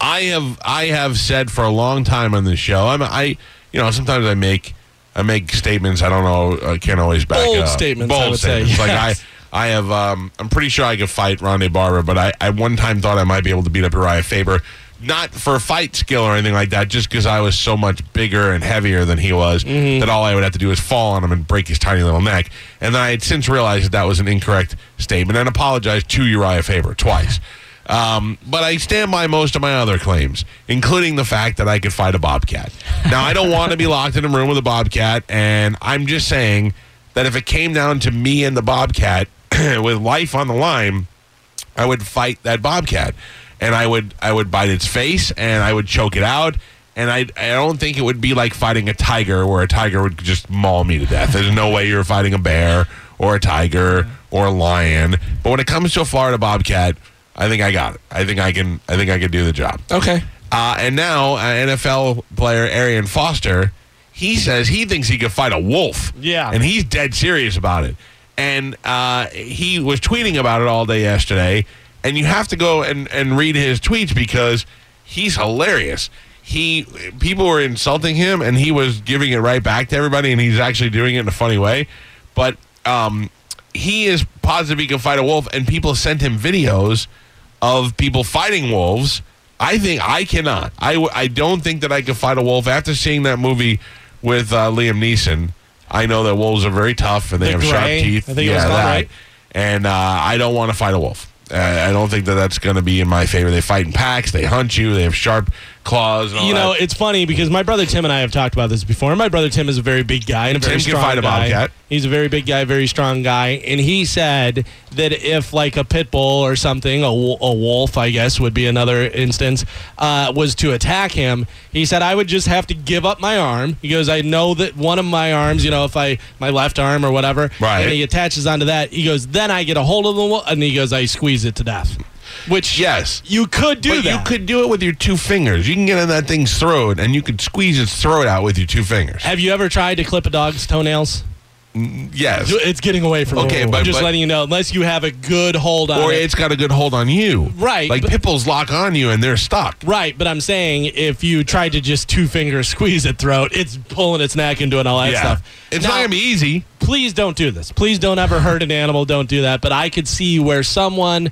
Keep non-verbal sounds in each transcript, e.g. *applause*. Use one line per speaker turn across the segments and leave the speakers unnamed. I have I have said for a long time on this show. I'm I you know sometimes I make I make statements I don't know I can't always back
Bold
it up.
statements,
Bold
I would say,
statements. Like
yes.
I I have um I'm pretty sure I could fight Ronde Barber, but I I one time thought I might be able to beat up Uriah Faber. Not for fight skill or anything like that, just because I was so much bigger and heavier than he was that all I would have to do is fall on him and break his tiny little neck. And then I had since realized that that was an incorrect statement and apologized to Uriah Faber twice. Um, but I stand by most of my other claims, including the fact that I could fight a bobcat. Now, I don't want to be locked in a room with a bobcat, and I'm just saying that if it came down to me and the bobcat *clears throat* with life on the line, I would fight that bobcat, and I would I would bite its face, and I would choke it out. And I, I don't think it would be like fighting a tiger, where a tiger would just maul me to death. There's no way you're fighting a bear or a tiger or a lion. But when it comes to a Florida bobcat, I think I got it. I think I can. I think I can do the job.
Okay.
Uh, and now, uh, NFL player Arian Foster, he says he thinks he could fight a wolf.
Yeah.
And he's dead serious about it. And uh, he was tweeting about it all day yesterday. And you have to go and, and read his tweets because he's hilarious. He people were insulting him, and he was giving it right back to everybody. And he's actually doing it in a funny way. But um, he is positive he can fight a wolf, and people sent him videos of people fighting wolves. I think I cannot. I, w- I don't think that I could fight a wolf. After seeing that movie with uh, Liam Neeson, I know that wolves are very tough and they
The
have sharp
Grey,
teeth.
I think it was called, right?
And uh, I don't want to fight a wolf. Uh, I don't think that that's going to be in my favor. They fight in packs. They hunt you. They have sharp claws. And all
You know,
that.
it's funny because my brother Tim and I have talked about this before. My brother Tim is a very big guy and a very
Tim can
strong
fight a
guy.
bobcat.
He's a very big guy, very strong guy, and he said that if like a pit bull or something, a, wo- a wolf, I guess would be another instance, uh, was to attack him, he said I would just have to give up my arm. He goes, I know that one of my arms, you know, if I my left arm or whatever,
Right.
and he attaches onto that, he goes, then I get a hold of the wolf, and he goes, I squeeze it to death, which
yes.
you could do
But
that.
you could do it with your two fingers. You can get in that thing's throat and you could squeeze its throat out with your two fingers.
Have you ever tried to clip a dog's toenails?
Yes.
It's getting away from
Okay,
okay,
but-
I'm just
but-
letting you know, unless you have a good hold on
Or
it.
it's got a good hold on you.
uh, Right,
Like
but-
pitbulls lock on you and they're stuck.
Right, but I'm saying if you tried to just two finger squeeze its throat, it's pulling its neck and doing all that stuff.
It's
Now,
not gonna be easy.
Please don't do this. Please don't ever hurt an animal. Don't do that. But I could see where someone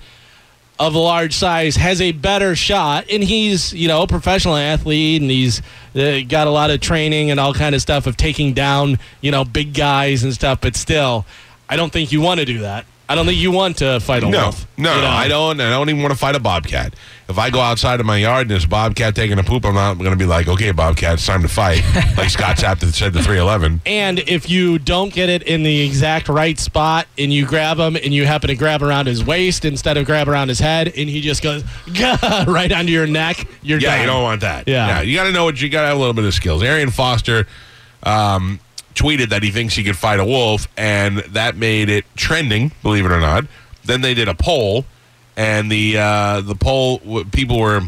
of a large size has a better shot, and he's you know a professional athlete, and he's uh, got a lot of training and all kind of stuff of taking down you know big guys and stuff. But still, I don't think you want to do that. I don't think you want to fight a
No,
wolf.
no,
Oh, you
no,
know?
I don't. I don't even want to fight a bobcat. If I go outside of my yard and there's a bobcat taking a poop, I'm not going to be like, okay, bobcat, it's time to
*laughs*
fight. like Scott Sapp said to 311.
And if you don't get it in the exact right spot and you grab him and you happen to grab around his waist instead of grab around his head and he just goes *laughs* right onto your neck, you're
Yeah,
done.
you don't want that.
Yeah.
you got to know what you got to have a little bit of skills. Arian Foster um, tweeted that he thinks he could fight a wolf, and that made it trending. Believe it or not. Then they did a poll, and the uh, the poll w- people were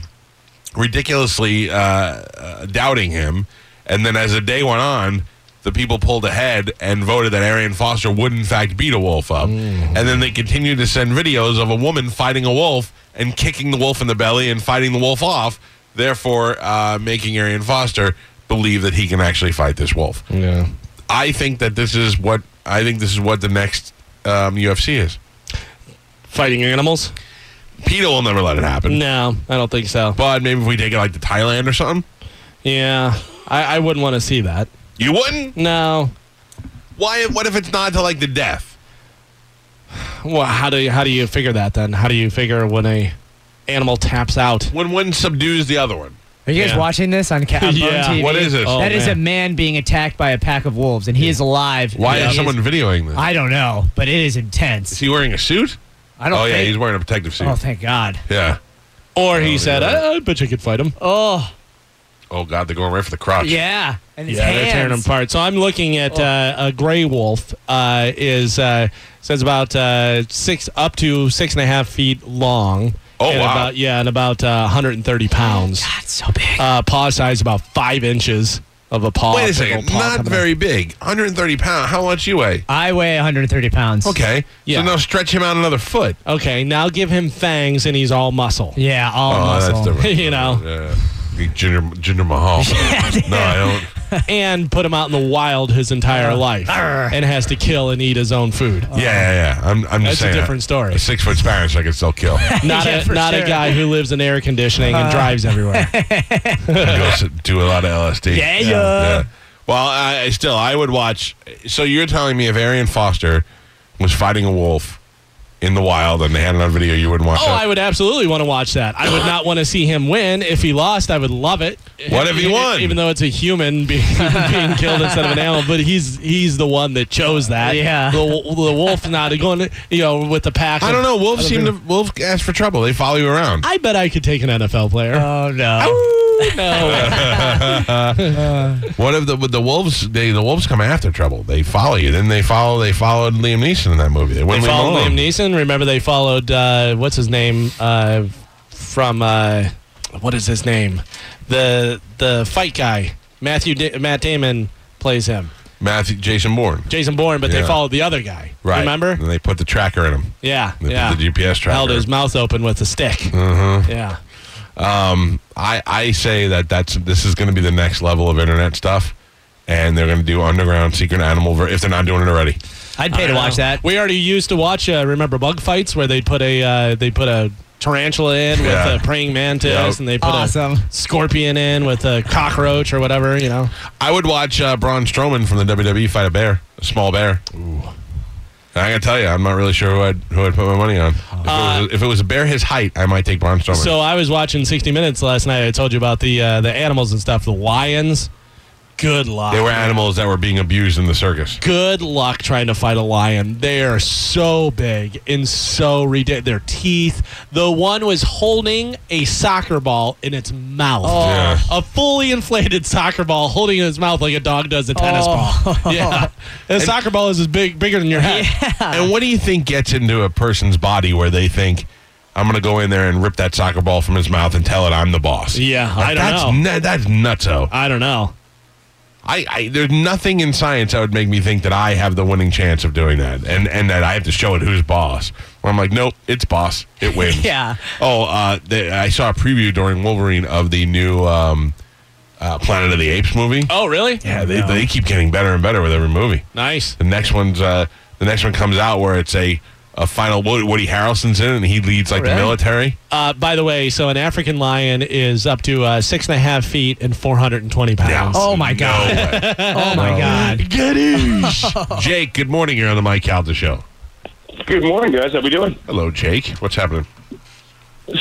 ridiculously uh, uh, doubting him. And then as the day went on, the people pulled ahead and voted that Arian Foster would, in fact, beat a wolf up. And then they continued to send videos of a woman fighting a wolf and kicking the wolf in the belly and fighting the wolf off, therefore uh, making Arian Foster believe that he can actually fight this wolf.
Yeah.
I think that this is what I think this is what the next um, UFC is.
Fighting animals?
PETA will never let it happen.
No, I don't think so.
But maybe if we take it like to Thailand or something,
Yeah, I, I wouldn't want to see that.
you wouldn't.
No.
Why? What if it's not to like the death?
Well, how do you, how do you figure that then? How do you figure when a animal taps out?
When one subdues the other one.
Are you guys
Yeah.
watching this on,
*laughs*
ca- on
Yeah.
TV?
What is this?
Oh,
That is
man.
a man being attacked by a pack of wolves, and he is alive.
Why
He
is someone videoing this?
I don't know, but it is
Is
intense.
he wearing a suit?
I don't.
Oh yeah,
think-
he's wearing a protective suit.
Oh, thank God.
yeah.
Or he said,
yeah.
I, I bet you could fight him.
Oh,
Oh god, they're going right for the crotch.
yeah. And his
yeah,
hands.
they're tearing them apart. So I'm looking at
Oh.
uh, a gray wolf. Uh, is uh, says about uh, six up to six and a half feet long.
Oh,
and
wow.
About, yeah, and about uh, 130 pounds.
God, so big.
Uh, paw size about five inches. of a paw.
Wait a
big
second.
old paw
Not
coming out.
very big. 130 pounds. How much you weigh?
I weigh 130 pounds.
Okay.
Yeah.
So now stretch him out another foot.
Okay, now give him fangs and he's all muscle.
Yeah, all muscle.
Oh, different.
*laughs* You know.
Yeah. Be Jinder, Jinder
*laughs*
Mahal. no, I don't.
and put him out in the wild his
Uh-huh.
entire life and has to kill and eat his own food.
Yeah, yeah, yeah. I'm, I'm
That's
just
a
saying.
different story.
A six foot Spanish I could still
*laughs*
kill.
Not
Yeah,
a
for
not a
sure. Uh-huh.
guy who lives in air conditioning and
*laughs*
drives everywhere.
and go s- do a lot of LSD.
Yeah, yeah.
Well, I, I still I would watch. So you're telling me if Arian Foster was fighting a wolf in the wild and they had it on video, you wouldn't watch
Oh,
that?
I would absolutely want to watch that. I would not want to see him win. If he lost, I would love it.
What if he
E-
won?
Even though it's a human *laughs* being, being killed instead of an animal, but he's he's the one that chose that.
Yeah.
the, the wolf not going, you know, with the pack.
I
of-
don't know. Wolves seem to wolf ask for trouble. They follow you around.
I bet I could take an NFL player.
Uh,
Oh no.
no,
What if the with the wolves? They the wolves come after trouble. They follow you. Then they follow. They followed Liam Neeson in that movie. They
they
wouldn't leave him
followed
alone.
Liam Neeson. Remember, they followed uh, what's his name uh, from uh, what is his name? The the fight guy, Matthew da- Matt Damon plays him.
Matthew Jason Bourne.
Jason Bourne, but
Yeah.
they followed the other guy.
Right.
Remember?
And they put the tracker in him.
Yeah.
They put
yeah.
the GPS tracker.
Held his mouth open with a stick. Yeah.
Um, I, I say that that's this is going to be the next level of internet stuff, and they're going to do underground secret animal ver- if they're not doing it already.
I'd pay to watch that.
We already used to watch. Uh, remember bug fights where they put a uh, they put a tarantula in
Yeah.
with a praying mantis,
Yep.
and they put
Awesome.
a scorpion in with a cockroach or whatever. You know.
I would watch uh, Braun Strowman from the WWE fight a bear, a small bear. Ooh. I gotta tell you, I'm not really sure who I'd who I'd put my money on. If, it, was, if it was a bear his height, I might take Braun Strowman.
Uh, So I was watching 60 Minutes last night. I told you about the uh, the animals and stuff. The lions. Good luck.
they were animals that were being abused in the
*laughs*
circus.
good luck trying to fight a lion. They are so big and so ridiculous. Their teeth. The one was holding a soccer ball in its mouth.
Yeah.
A fully inflated soccer ball holding in its mouth like a dog does a tennis
Oh.
ball. *laughs* Yeah. A soccer ball is as big bigger than your head.
And what do you think gets into a person's body where they think, I'm gonna go in there and rip that soccer ball from his mouth and tell it I'm the boss?
*laughs* Yeah,
Like,
I don't
that's
know.
nu- that's nutso.
I don't know.
I, I there's nothing in science that would make me think that I have the winning chance of doing that, and and that I have to show it who's boss. Where I'm like, nope, it's boss.
*laughs*
It wins.
Yeah.
Oh, uh, the, I saw a preview during Wolverine of the new um, uh, Planet of the Apes movie.
Oh, really?
yeah, they, they keep getting better and better with every movie.
Nice.
The next one's uh, the next one comes out where it's a a final Wo- Woody Harrelson's in it, and he leads like the
Really?
military.
Uh, by the way, so an African lion is up to uh, six and a half feet and 420 pounds.
Oh, my God.
No way.
*laughs* Oh my god.
Gadoosh. Jake, good morning. You're on the Mike Calda show.
Good morning, guys. How we doing?
Hello, Jake. What's happening?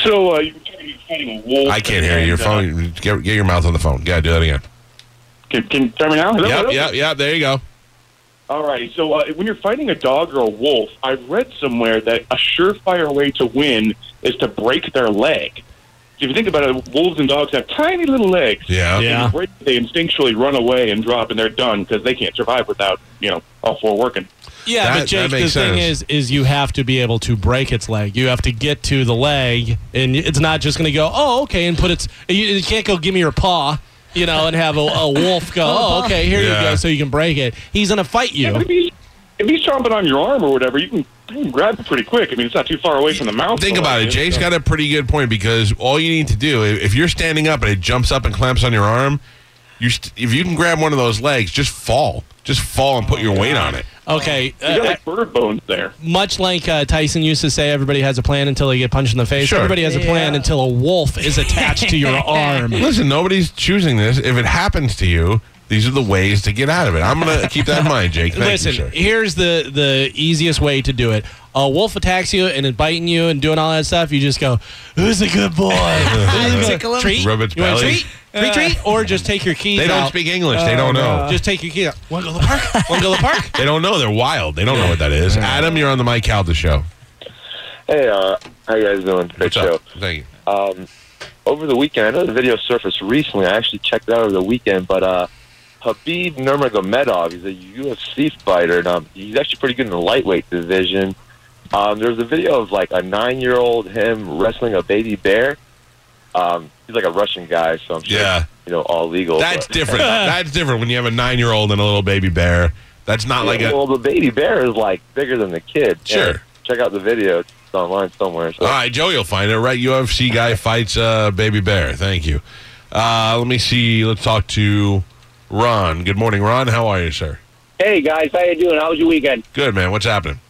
So uh, you were talking about fighting a wolf.
I can't hear you. Your
and, uh,
phone. Get, get your mouth on the phone. Yeah, do that again.
Can, can you hear me now? Hello,
Yep,
hello?
yep, yep. There you go.
All right. So uh, when you're fighting a dog or a wolf, I read somewhere that a surefire way to win is to break their leg. So if you think about it, wolves and dogs have tiny little legs.
Yeah.
When you
Yeah.
break- they instinctually run away and drop, and they're done because they can't survive without you know all four working.
Yeah,
That-
but Jake,
that
the
makes
thing
sense.
is, is you have to be able to break its leg. You have to get to the leg, and it's not just going to go, oh, okay, and put its. You, you can't go, give me your paw, you know, and have a, a wolf go, oh, okay, here
Yeah.
you go, so you can break it. He's going to fight you.
But if he's if he's chomping on your arm or whatever, you can, you can grab it pretty quick. I mean, it's not too far away from the mouth.
Think about it. Jake's
So-
got a pretty good point because all you need to do, i- if you're standing up and it jumps up and clamps on your arm, you st- if you can grab one of those legs, just fall. Just fall and put
Oh,
your weight on it.
*laughs* Okay,
You
uh,
got like bird bones there.
much like uh, Tyson used to say, everybody has a plan until they get punched in the face.
Sure.
Everybody has a plan
Yeah.
until a wolf is attached to your arm.
Listen, nobody's choosing this. If it happens to you, these are the ways to get out of it. I'm going
*laughs*
to keep that in mind, Jake. Thank
Listen,
you, sir.
here's the the easiest way to do it. A wolf attacks you and is biting you and doing all that stuff. You just go, "Who's a good *laughs* boy?"
Tickle him.
treat.
Rub its
you want a
belly.
treat? Treat, treat, or just take your keys.
They don't
out. uh,
speak English. They don't know.
Just take your *laughs* keys. Want to go to the park? Want to go to the park?
They don't know. They're wild. They don't know what that is. Adam, you're on the Mike Calda show.
Hey, uh, how you guys doing? Great
What's
show.
up? Thank you.
Over the weekend, I know the video surfaced recently. I actually checked it out over the weekend, but uh, Habib Nurmagomedov, he's a UFC fighter, and um, he's actually pretty good in the lightweight division. Um, there was a video of like a nine-year-old him wrestling a baby bear. Um, he's like a Russian guy, so I'm sure
Yeah.
you know, all legal.
That's
but-
different. That's different when you have a nine year old and a little baby bear. That's not like
Yeah,
a.
well, the baby bear is like bigger than the kid.
Sure.
Yeah, check out the video. It's online somewhere. So.
All right, Joe, you'll find it, right? UFC guy fights uh, baby bear. Thank you. Uh, let me see. Let's talk to Ron. Good morning, Ron. How are you, sir?
Hey guys, how you doing? How was your weekend?
Good, man. What's happening?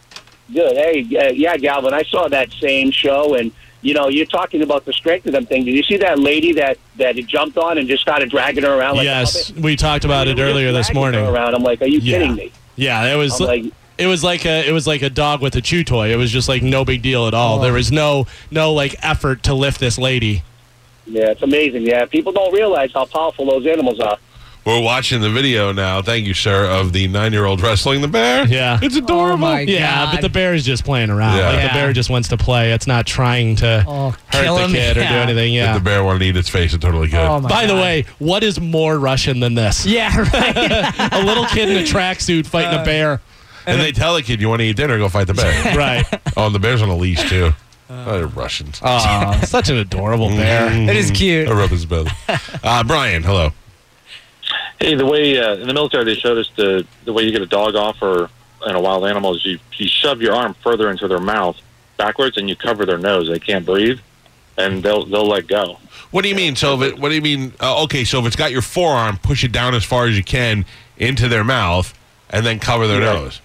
Good. Hey, uh, yeah, Galvin, I saw that same show, and you know, you're talking about the strength of them things. Did you see that lady that that he jumped on and just started dragging her around? Like a
yes,
puppet?
we talked about
They
it
were just
earlier this
dragging her
morning.
Around, I'm like, are you
Yeah.
kidding me?
Yeah, it was
I'm like,
it was like a it was like a dog with a chew toy. It was just like no big deal at
Oh.
all. There was no no like effort to lift this lady.
yeah, it's amazing. Yeah, people don't realize how powerful those animals are.
We're watching the video now. Thank you, sir, of the nine year old wrestling the bear.
Yeah.
It's adorable.
Oh, my
Yeah,
God.
but the bear is just playing around.
Yeah.
Like
Yeah.
the bear just wants to play. It's not trying to
Oh,
hurt
kill
the
him.
kid or
Yeah.
do anything.
If
Oh, Yeah.
the bear wanted to eat its face, it totally could.
Oh, my
By the
God.
way, what is more Russian than
*laughs*
this?
Yeah,
*laughs*
Uh, right.
a little kid in a tracksuit fighting
*laughs*
a bear.
and they tell the kid, you want to eat dinner, go fight the bear.
*laughs* Right.
oh, and the bear's on a leash, too. oh, they're Russians.
Aw, *laughs* such an adorable
Mm-hmm.
bear.
it is cute.
I rub
*laughs*
his belly. Uh, Brian, hello.
Hey, the way uh, in the military they showed us the the way you get a dog off or and a wild animal is you you shove your arm further into their mouth backwards and you cover their nose. They can't breathe, and they'll they'll let go.
What do you mean? So, if it, what do you mean? Uh, okay, so if it's got your forearm, push it down as far as you can into their mouth, and then cover their
Yeah.
nose.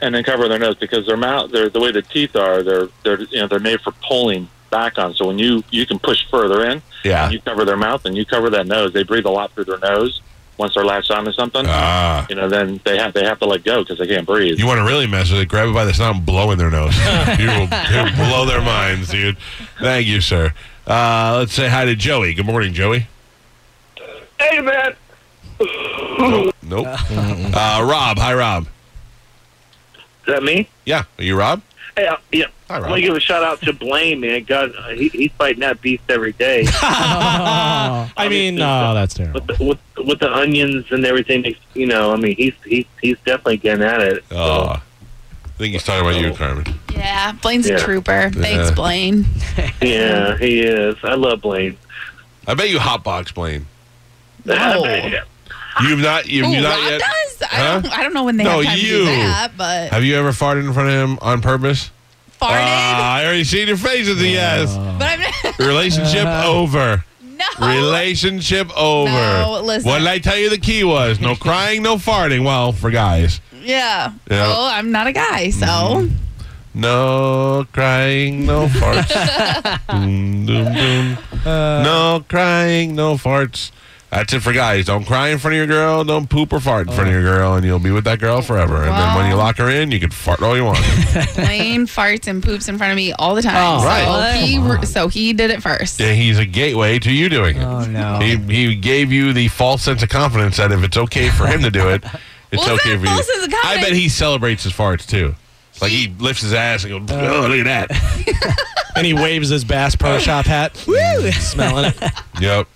and then cover their nose because their mouth, their the way the teeth are, they're they're you know they're made for pulling back on. So when you you can push further in,
Yeah.
and you cover their mouth and you cover that nose. They breathe a lot through their nose once they're latched onto something.
Ah,
you know, then they have they have to let go because they can't breathe.
you want to really mess with it? Grab it by the snout and blow in
*laughs*
their nose. you will it'll blow their minds, dude. Thank you, sir. Uh, let's say hi to Joey. Good morning, Joey.
Hey, man.
Nope. nope. Uh, Rob. Hi, Rob.
Is that me?
Yeah. Are you Rob?
Hey, uh, yeah.
Hi,
I'm gonna
Rob.
give a shout out to Blaine, man. God, uh, he, he's fighting that beast every
*laughs*
day
Oh.
I
*laughs*
mean, no, that's terrible.
with the, with, with the onions and everything. You know, I mean, he's he's he's definitely getting at it. So,
Oh, I think he's talking about you, Carmen.
Yeah, Blaine's
Yeah.
a trooper. Thanks,
Yeah.
Blaine.
yeah, he is. I love Blaine.
I bet you hotbox Blaine.
*laughs*
No.
You've not. You've
Ooh,
not
Rob
yet.
does?
Huh?
I, don't, I don't know when they
No,
have time to
you. Uh,
do that, but
Have you ever farted in front of him on purpus?
farted.
Ah, I already seen your face at the yes.
but I'm *laughs*
Relationship over.
no.
Relationship over.
Oh. No, listen.
What did I tell you the key was? No crying, no farting. Well, for guys.
Yeah.
Yeah. Mm-hmm.
Well, I'm not a guy, so
No crying, no
*laughs*
farts. Doom, doom, doom. no crying, no farts. That's it for guys. Don't cry in front of your girl. Don't poop or fart in front of your girl, and you'll be with that girl forever. And then when you
Wow.
lock her in, you can fart all you want.
Blaine farts and poops in front of me all the time.
Oh,
so
Right.
he re- so he did it first.
Yeah, he's a gateway to you doing it.
Oh, no.
He, he gave you the false sense of confidence that if it's okay for him to do
*laughs*
it, it's
Well, is
okay
that
for you.
false sense
I
of
bet
confidence?
he celebrates his farts too. It's Like he lifts his ass and goes, oh, look at
*laughs*
that.
And he waves his Bass Pro Shop hat. Woo! Smelling it.
yep.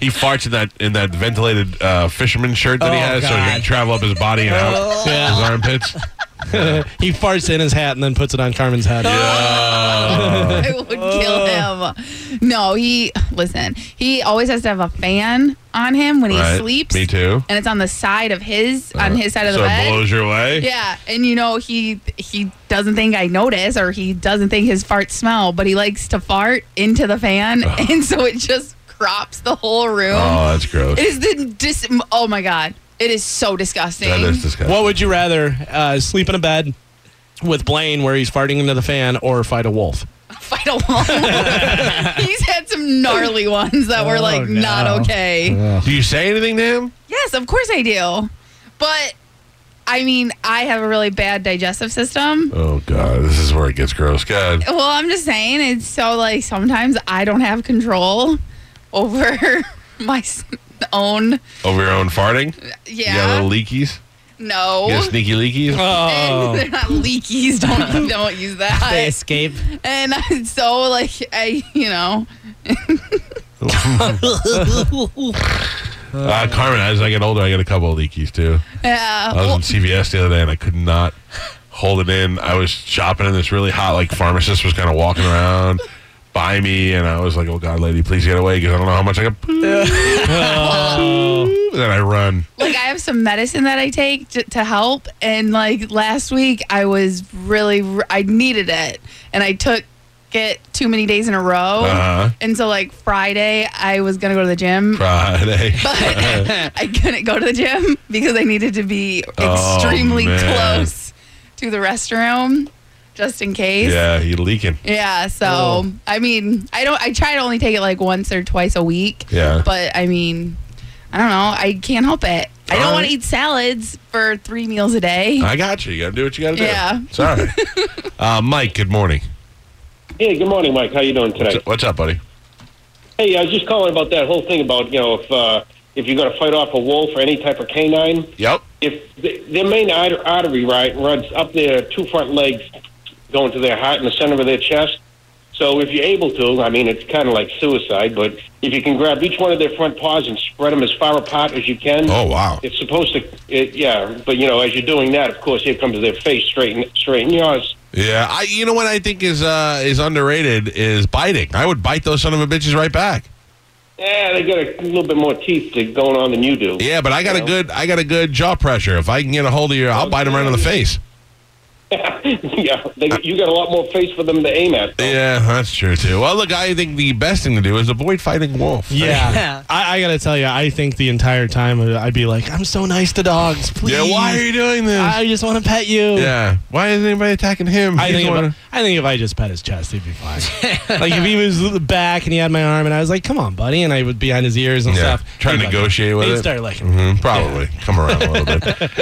He farts in that in that ventilated uh, fisherman shirt that he
Oh,
has, so he can
God.
travel up his body and
*laughs*
out
Yeah.
his armpits.
he farts in his hat and then puts it on Carmen's head.
*laughs*
Oh.
I would kill him. No, he listen. He always has to have a fan on him when he
Right.
sleeps,
Me
and
too. Uh,
it's on the side of his on his side of
so
the
it
bed.
blows your way.
Yeah, and you know he he doesn't think I notice, or he doesn't think his farts smell, but he likes to fart into the fan, *laughs* and so it just crops the whole room.
Oh, that's gross.
It is the dis. Oh my god, it is so disgusting.
That is disgusting.
What would you rather uh, sleep in a bed with Blaine where he's farting into the fan or fight a wolf?
*laughs* Fight along. *laughs* He's had some gnarly ones that were like
Oh, no.
not okay.
Do you say anything to him?
Yes, of course I do, but I mean I have a really bad digestive system.
Oh God, this is where it gets gross. God.
Well, I'm just saying it's so like sometimes I don't have control over *laughs* my s- own.
Over your own farting? You got
Yeah,
little leakies?
no. *laughs*
You got sneaky leakies?
Uh, And they're not leakies. Don't don't use
They
that.
escape.
And *laughs* I- so like I, you know,
Uh, Carmen, as I get older, I get a couple of leakies too.
yeah.
I was
well,
in CVS the other day and I could not hold it in. I was shopping and this really hot, like pharmacist was kind of walking around by me, and I was like, "Oh God, lady, please get away," because I don't know how much I can. *laughs* And then I run.
like I have some medicine that I take to, to help, and like last week I was really I needed it, and I took it too many days in a row,
Uh-huh.
and so like Friday I was gonna go to the gym. *laughs*
Friday.
I couldn't go to the gym because I needed to be
Oh,
extremely
man.
close to the restroom, just in case.
yeah, you leaking.
Yeah, so
Oh.
I mean, I don't. I try to only take it like once or twice a week.
Yeah.
But I mean, I don't know. I can't help it. I
All
don't want
right.
to eat salads for three meals a day.
I got you. You got to do what you got to do.
Yeah.
It's all right. uh, Mike, good morning.
Hey, good morning, Mike. How you doing
What's
today?
up, what's up, buddy?
Hey, I was just calling about that whole thing about you know if uh, if you're going to fight off a wolf or any type of canine,
Yep.
if the, their main arter- artery right runs up their two front legs, going to their heart in the center of their chest. So if you're able to, I mean, it's kind of like suicide, but if you can grab each one of their front paws and spread them as far apart as you can.
Oh, wow.
It's supposed to, it, yeah. But you know, as you're doing that, of course, here comes their face straight and straight in yours.
Yeah, I. You know what I think is uh, is underrated is biting. I would bite those son of a bitches right back.
Yeah, they got a little bit more teeth to going on than you do.
Yeah, but I got a good I got a good jaw pressure. If I can get a hold of you,
Oh,
I'll bite them right in the face.
*laughs* yeah, they, you got a lot more face for them to aim at.
Yeah, that's true too. Well, look, I think the best thing to do is avoid fighting wolf. *laughs*
Yeah, I, I gotta tell you, I think the entire time uh, I'd be like, "I'm so nice to dogs, please."
Yeah, why are you doing this?
I just want to pet you.
yeah. Why is anybody attacking him?
I
He's
think,
the
if
one-
I, I think if I just pet his chest, he'd be fine.
*laughs*
like if he was back and he had my arm, and I was like, "Come on, buddy," and I would behind his ears and
Yeah,
stuff.
try to
he'd like
negotiate with
he'd
it.
start licking.
Mhm, probably come around a little
*laughs*
bit.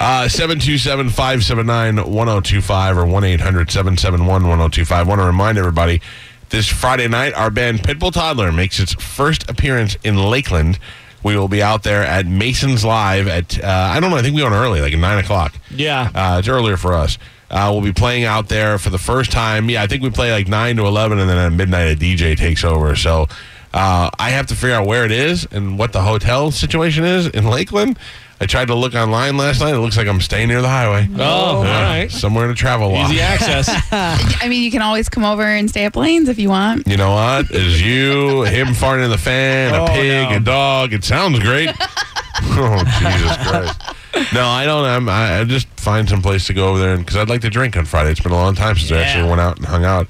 Uh, Seven two seven five seven nine one zero two five or one 1025 Want to remind everybody this Friday night our band Pitbull Toddler makes its first appearance in Lakeland. We will be out there at Mason's Live at uh, I don't know I think we went early like at nine o'clock.
Yeah.
Uh, it's earlier for us. Uh, we'll be playing out there for the first time. Yeah, I think we play like 9 to 11, and then at midnight, a DJ takes over. So uh, I have to figure out where it is and what the hotel situation is in Lakeland. I tried to look online last night. It looks like I'm staying near the highway. Oh,
all right.
Somewhere in a travel lot. *laughs*
Easy access.
*laughs* I mean, you can always come over and stay at Blaine's if you want.
You know
*laughs*
what? Is you, him farting in the fan, a
Oh,
pig,
no.
a dog. It sounds great.
*laughs*
*laughs* oh, Jesus Christ. No, I don't. I'm, I, I just find some place to go over there because I'd like to drink on Friday. It's been a long time since I actually went out and hung out.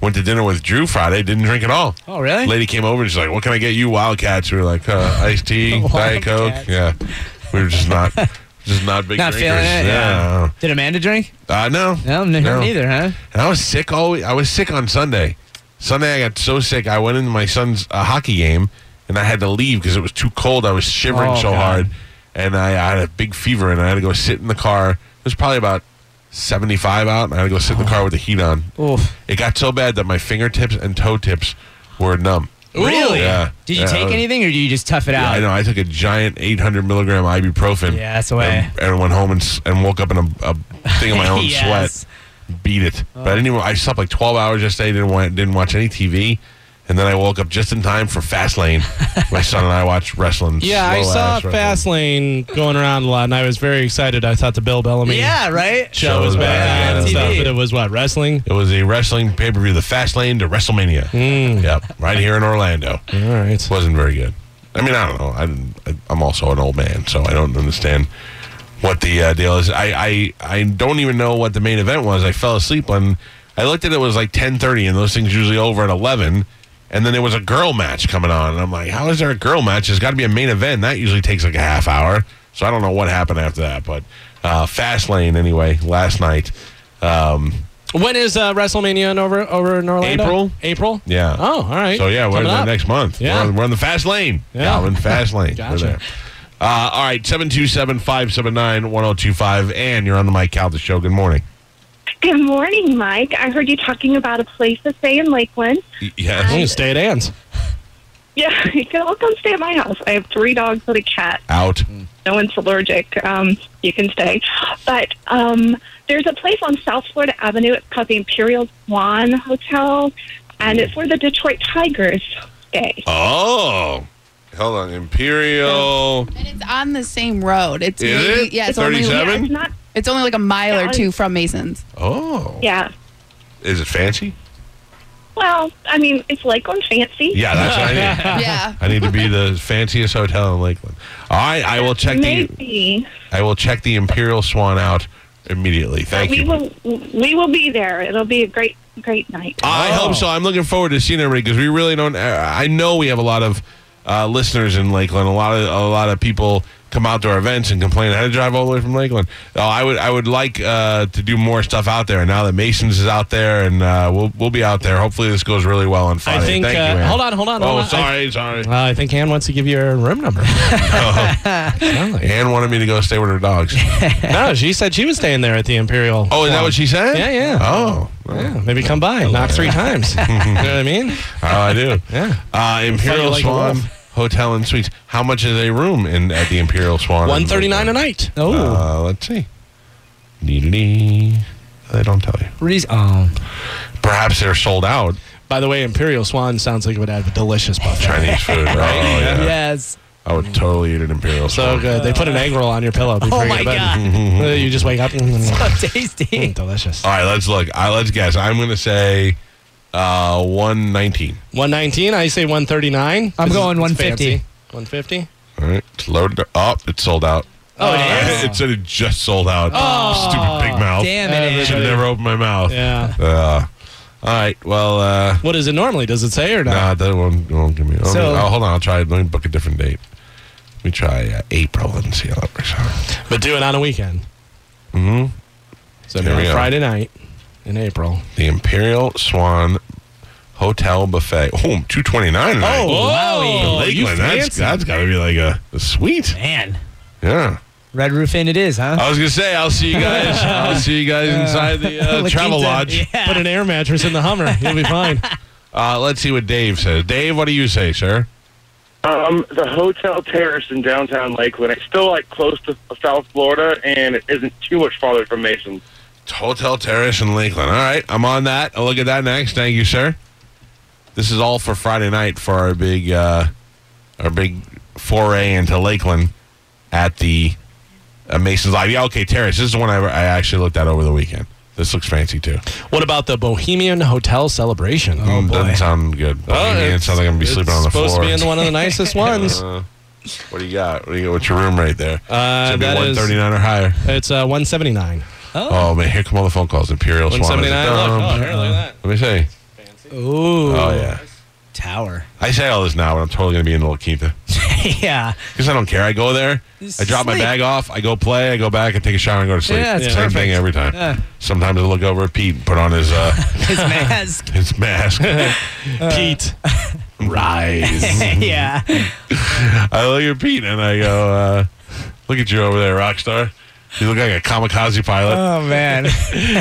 Went to dinner with Drew Friday, didn't drink at all.
Oh, really?
Lady came over and she's like, What can I get you, Wildcats? We were like, uh, Iced
*laughs*
tea, Diet Coke. Yeah. We were just not. Just not big
Not
drinkers.
feeling it, yeah. Did Amanda drink?
Uh, no.
No, n- her neither, huh?
And I was sick all I was sick on Sunday. Sunday I got so sick I went into my son's uh, hockey game and I had to leave because it was too cold. I was shivering
Oh,
so
God.
hard and I, I had a big fever and I had to go sit in the car. It was probably about 75 out and I had to go sit in the car with the heat on.
Oof.
It got so bad that my fingertips and toe tips were numb.
Really?
Yeah.
Did you
Yeah, it
take
was-
anything or did you just tough it
yeah,
out?
I know. I took a giant 800 milligram ibuprofen.
Yeah, that's the way.
And, and went home and, s- and woke up in a, a thing of my own
*laughs* Yes. Oh.
sweat. Beat it. But I didn't even. I slept like 12 hours yesterday. Didn't want, didn't watch any TV. And then I woke up just in time for
*laughs*
Fastlane. my son and I watched wrestling.
Yeah, I
slow
saw
ass wrestling.
Fastlane going around a lot, and I was very excited. I thought the Bill Bellamy
Yeah, right?
show was
back
bad
on
and stuff,
TV.
but it was what wrestling.
It was a wrestling pay per view, the Fastlane to WrestleMania.
Hmm.
Yep, right here in Orlando.
All right.
wasn't very good. I mean, I don't know. I didn't, I, I'm also an old man, so I don't understand what the uh, deal is. I, I I don't even know what the main event was. I fell asleep when I looked at it. it was like 10:30, and those things usually over at 11. And then there was a girl match coming on, and I'm like, how is there a girl match? There's got to be a main event. That usually takes like a half hour. So I don't know what happened after that, but uh, Fastlane anyway last night. Um,
When is uh, WrestleMania in over over in Orlando?
April.
April.
Yeah.
Oh, all right.
So yeah, we're in
Coming
the
up.
next month.
Yeah.
We're, on, we're on the fast lane.
Yeah.
we're in fast lane. We're
Gotcha.
there. Uh, all right, 727-579-1025. And you're on the Mike Calda show. Good morning.
Good morning, Mike. I heard you talking about a place to stay in Lakeland.
Y-
Mm,
Yes.
stay at Ann's.
Yeah, *laughs* you can all come stay at my house. I have three dogs and a cat.
Out.
No one's allergic. Um, you can stay. But um, there's a place on South Florida Avenue. It's called the Imperial Swan Hotel, and it's where the Detroit Tigers stay.
Oh. Hold on. Imperial.
And it's on the same road. It's
Is
maybe,
it?
yeah, it's only
37?
yeah,
It's not.
it's only like a mile or two from Mason's.
Oh.
Yeah.
Is it fancy?
Well, I mean, it's Lakeland fancy.
Yeah, that's what I
*laughs*
Uh-huh.
need. *laughs*
yeah.
I need to be the fanciest hotel in Lakeland. All right, I will check the
Maybe.
I will check the Imperial Swan out immediately. Thank
we
you.
will. We will be there. It'll be a great, great night.
I
Oh.
hope so. I'm looking forward to seeing everybody because we really don't. uh, I know we have a lot of uh, listeners in Lakeland. A lot of a lot of people come out to our events and complain. I had to drive all the way from Lakeland. Uh, I would I would like uh, to do more stuff out there. Now that Mason's is out there, and uh, we'll we'll be out there. Hopefully, this goes really well on Friday.
I think.
Thank you,
uh,
Ann.
hold on, hold on.
Oh,
hold on.
sorry, sorry.
Uh, I think Ann wants to give you her room number.
Ann wanted me to go stay with her
*laughs*
dogs.
*laughs* no, she said she was staying there at the Imperial.
Oh, is that what she said?
Yeah, yeah.
Oh.
Yeah, maybe come by, knock three *laughs* times. you know what I mean?
Oh, I do.
Yeah.
Uh,
Funny
Imperial
like a
Swan
wolf.
Hotel and Suites. How much is a room in at the Imperial Swan?
*laughs* One thirty nine a night. Oh.
Uh, let's see. Dee-dee-dee. They don't tell you.
Reason. Oh.
Perhaps they're sold out.
By the way, Imperial Swan sounds like it would have a delicious buffet. *laughs*
Chinese food, right? Oh, yeah.
Yes.
I would totally eat an Imperial
So
Swan.
good. They put an egg roll on your pillow. before
Oh
you go
my
to bed.
God.
*laughs* Uh, you just wake up. Mm, *laughs*
So tasty.
delicious.
All right, let's look. All right, let's guess. I'm going to say uh, 119.
One nineteen. I say one thirty nine.
I'm going 150.
One fifty.
All right, it's loaded up. Oh, it's sold out.
Oh, it
*laughs*
is.
It said it just sold out.
Oh.
Stupid big mouth.
*laughs* Damn it,
I should
Everybody.
never open my mouth.
Yeah.
Uh, all right. Well, uh,
What is it normally? Does it say or not?
nah, that won't, won't give me. let me-
So-
oh, hold on. I'll try. Let me book a different date. Let me try uh, April and see how that works out.
But do it on a weekend. Mm-hmm.
hmm
So
Here we
maybe
go.
Friday night in April.
The Imperial Swan Hotel Buffet. *laughs* Oh, 229 tonight.
Oh, wow.
Lakeland,
Oh, you
that's,
fancy.
that's got to be like a, a suite.
Man.
Yeah.
Red Roof Inn it is, huh?
I was gonna say I'll see you guys. I'll see you guys inside the uh,
*laughs*
La
travel
Quinta.
lodge.
Yeah.
Put an air mattress in the Hummer. You'll be fine.
Uh, let's see what Dave says. Dave, what do you say, sir?
Um, the Hotel Terrace in downtown Lakeland. It's still like close to South Florida, and it isn't too much farther from Mason.
Hotel Terrace in Lakeland. All right, I'm on that. I'll look at that next. Thank you, sir. This is all for Friday night for our big, uh, our big foray into Lakeland at the uh, Mason's Live. Yeah, okay, Terrace. This is the one I, I actually looked at over the weekend. This looks fancy too.
*laughs* What about the Bohemian Hotel celebration? Oh,
Oh, Doesn't sound good. Bohemian, it sounds like I'm gonna be sleeping on the
supposed
floor.
to
*laughs*
be in one of the nicest ones.
Uh, what do you got? What do you got? What's your room right there?
Uh,
Should be
that is-
139 or higher.
It's uh, 179.
Oh. man, here come all the phone calls. Imperial Swan. is
179. Look,
dumb.
oh, here, look at
Let me say.
Ooh.
Oh yeah.
*laughs*
Tower.
I say all this now, but I'm totally gonna be in La Quinta
yeah.
because I don't care. I go there, I drop my
Sleep.
bag off, I go play, I go back, I take a shower, and go to sleep.
Yeah, it's
Same thing
perfect.
every time.
Yeah.
Sometimes I look over at Pete and put on his
*laughs*
uh,
His *laughs* mask.
his mask.
that. Pete.
Rise.
yeah.
I look at Pete and I go, uh, "Look at you over there, rock star. You look like a kamikaze pilot."
Oh man.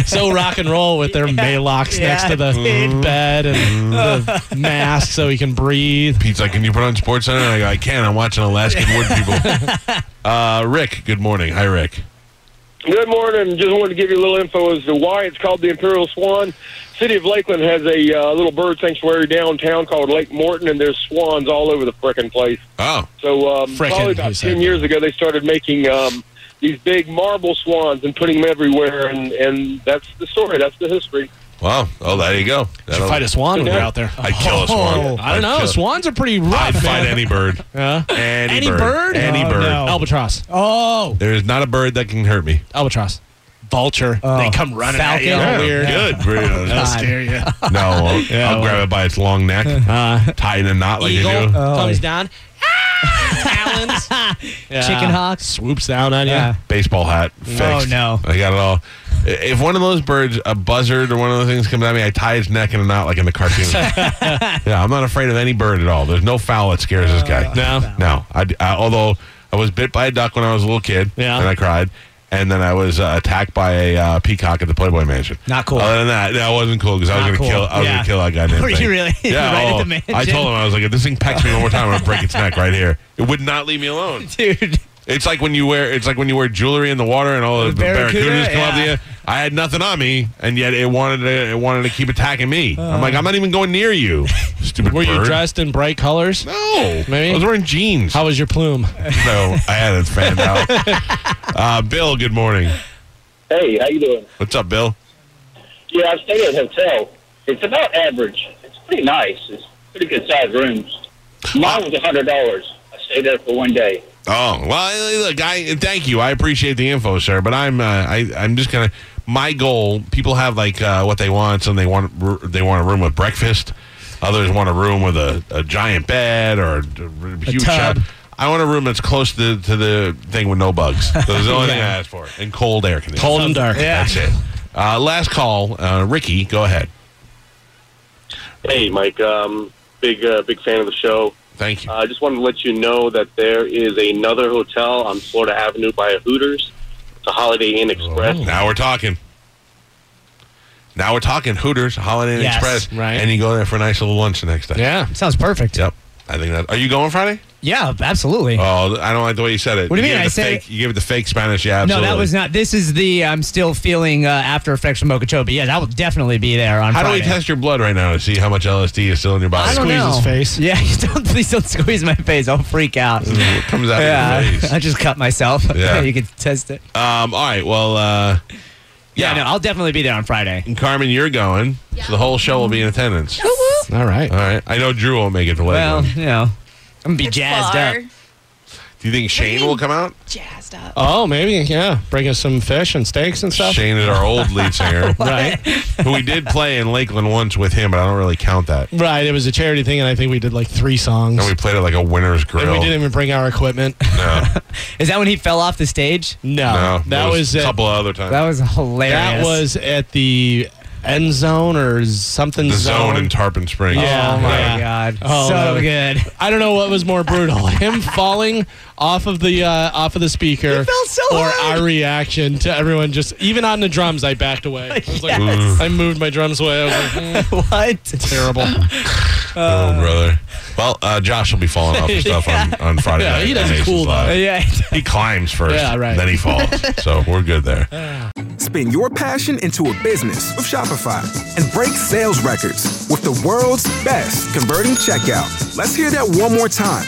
*laughs* so rock and roll with their maylocks
yeah,
next to the bed and the mask so he can breathe.
Pete's like, "Can you put on Sports Center?" And I go, "I can. I'm watching Alaskan Wood People." Uh, Rick, good morning. Hi, Rick.
Good morning. Just wanted to give you a little info as to why it's called the Imperial Swan. City of Lakeland has a uh, little bird sanctuary downtown called Lake Morton, and there's swans all over the frickin' place.
Oh,
So um,
Frickin',
probably
he
about
said.
ten years ago, they started making um, these big marble swans and putting them everywhere, and, and that's the story. That's the history.
wow. Oh, there you go.
You should
That'll-
fight a swan when you're out there.
*laughs* I'd kill a swan.
Oh, I
I'd
don't know.
kill-
Swans are pretty
I'd
rough.
fight
man.
any
*laughs*
bird.
Huh?
Any,
Any
bird.
bird?
Any
Oh,
bird.
no.
Albatross.
Oh.
There is not a bird that can hurt me.
Albatross. Vulture.
Oh.
They come running at you.
Falcon. Yeah.
All weird.
Good. Very-
That'll scare *laughs* you.
no, I'll,
Yeah,
I'll
well.
grab it by its long neck,
Uh,
tie it in a knot like
eagle
you do.
Oh,
comes
yeah.
down. Ah! Talons. Yeah.
Chicken hawk.
Swoops down on you. *laughs*
Yeah.
Baseball hat. Fixed.
Oh, no.
I got it all. I- If one of those birds, a buzzard or one of those things comes at me, I tie its neck in a knot like in the
*laughs*
cartoon. yeah, I'm not afraid of any bird at all. There's no fowl that scares this guy.
No.
No. I, I- although I was bit by a duck when I was a little kid,
Yeah.
and I cried. And then I was uh, attacked by a uh, peacock at the Playboy Mansion.
Not cool.
Other than that, that wasn't cool because I was gonna
Not cool.
kill. I was
Yeah.
gonna kill that goddamn
*laughs* Were you
thing.
really?
Yeah.
Right at
oh,
the mansion?
I told him I was like, if this thing pecks me one more time, I'm gonna break its neck right here. It would not leave me alone.
Dude.
It's like when you wear it's like when you wear jewelry in the water and all the,
barracuda,
barracudas come up to
yeah.
you. I had nothing on me, and yet it wanted to, it wanted to keep attacking me. I'm like, I'm not even going near
*laughs*
you, stupid
Were you
bird.
dressed in bright colors?
No,
Maybe?
I was wearing jeans.
How was your plume?
no, I had it fanned
*laughs*
out. Uh, Bill, good morning.
Hey, how you doing?
What's up, Bill?
Yeah, I stay at a hotel. It's about average.
pretty nice. It's pretty good sized rooms. Mine was a hundred dollars. I stayed there for one day.
Oh well, look, I thank you. I appreciate the info, sir. But I'm, uh, I, I'm just gonna. My goal: people have like uh, what they want. Some they want, r- they want a room with breakfast. Others want a room with a, a giant bed or a, r- huge
tub.
tub. I want a room that's close to, to the thing with no bugs. That's the
*laughs*
only thing I
Yeah.
ask for, and cold air conditioning.
Cold and dark. Yeah.
That's it. Uh, last call, uh, Ricky. Go ahead.
Hey, Mike. Um, big uh, big fan of the show.
Thank you.
I uh, just wanted to let you know that there is another hotel on Florida Avenue by a Hooters. It's a Holiday Inn Express.
Now we're talking. Now we're talking Hooters, Holiday Inn
Yes,
Express,
right.
And you go there for a nice little lunch the next day.
Yeah,
sounds perfect. Yep, I think that. Are you going Friday?
Yeah, absolutely.
Oh, I don't like the way you said it.
What do you
gave
mean?
it
I
the
said
fake, you gave it the fake Spanish. Yeah, absolutely.
No, that was not. This is the I'm still feeling uh, after effects from Okeechobee. Yeah, that will definitely be there on
How
Friday.
do we test your blood right now to see how much LSD is still in your body?
I don't know. face. Yeah, *laughs* you don't, please don't squeeze my face. I'll freak out.
It comes out of Mm. your
yeah,
face.
I just cut myself. *laughs*
Yeah.
you can test it.
Um. All right. Well. Uh, yeah.
no, I'll definitely be there on Friday.
And Carmen, you're going, so the whole show will be in attendance.
All right.
All right. I know Drew won't make it to
Well,
Lakeland.
you know, I'm gonna be jazzed
far.
up.
Do you think Shane will come out?
Jazzed up.
Oh, maybe yeah. Bring us some fish and steaks and stuff.
Shane is our old
*laughs*
lead singer,
right?
Who we did play in Lakeland once with him, but I don't really count that.
Right. It was a charity thing, and I think we did like three songs.
And we played it like a winner's grill.
And we didn't even bring our equipment. *laughs*
No,
Is that when he fell off the stage?
No,
no.
that
There
was,
a
at,
couple of other times.
That was
that
hilarious.
was at the end zone or something
the zone in Tarpon Springs.
Yeah.
Oh my
Yeah.
god,
Oh, that
so
was-
good.
I don't know what was more *laughs* brutal: him falling off of the uh, off of the speaker, or our reaction to everyone just even on the drums. I backed away. I, was like,
Yes.
I moved my drums away. I was like, mm,
what?
terrible.
oh, brother. Well, uh, Josh will be falling off and stuff
*laughs*
on, on Friday.
*laughs* Yeah,
night
he does
at Mason's
cool, though.
Live.
Yeah.
he climbs first.
Yeah, right.
Then he falls. so we're good there.
Spin your passion into a business with Shopify and break sales records with the world's best converting checkout. Let's hear that one more time.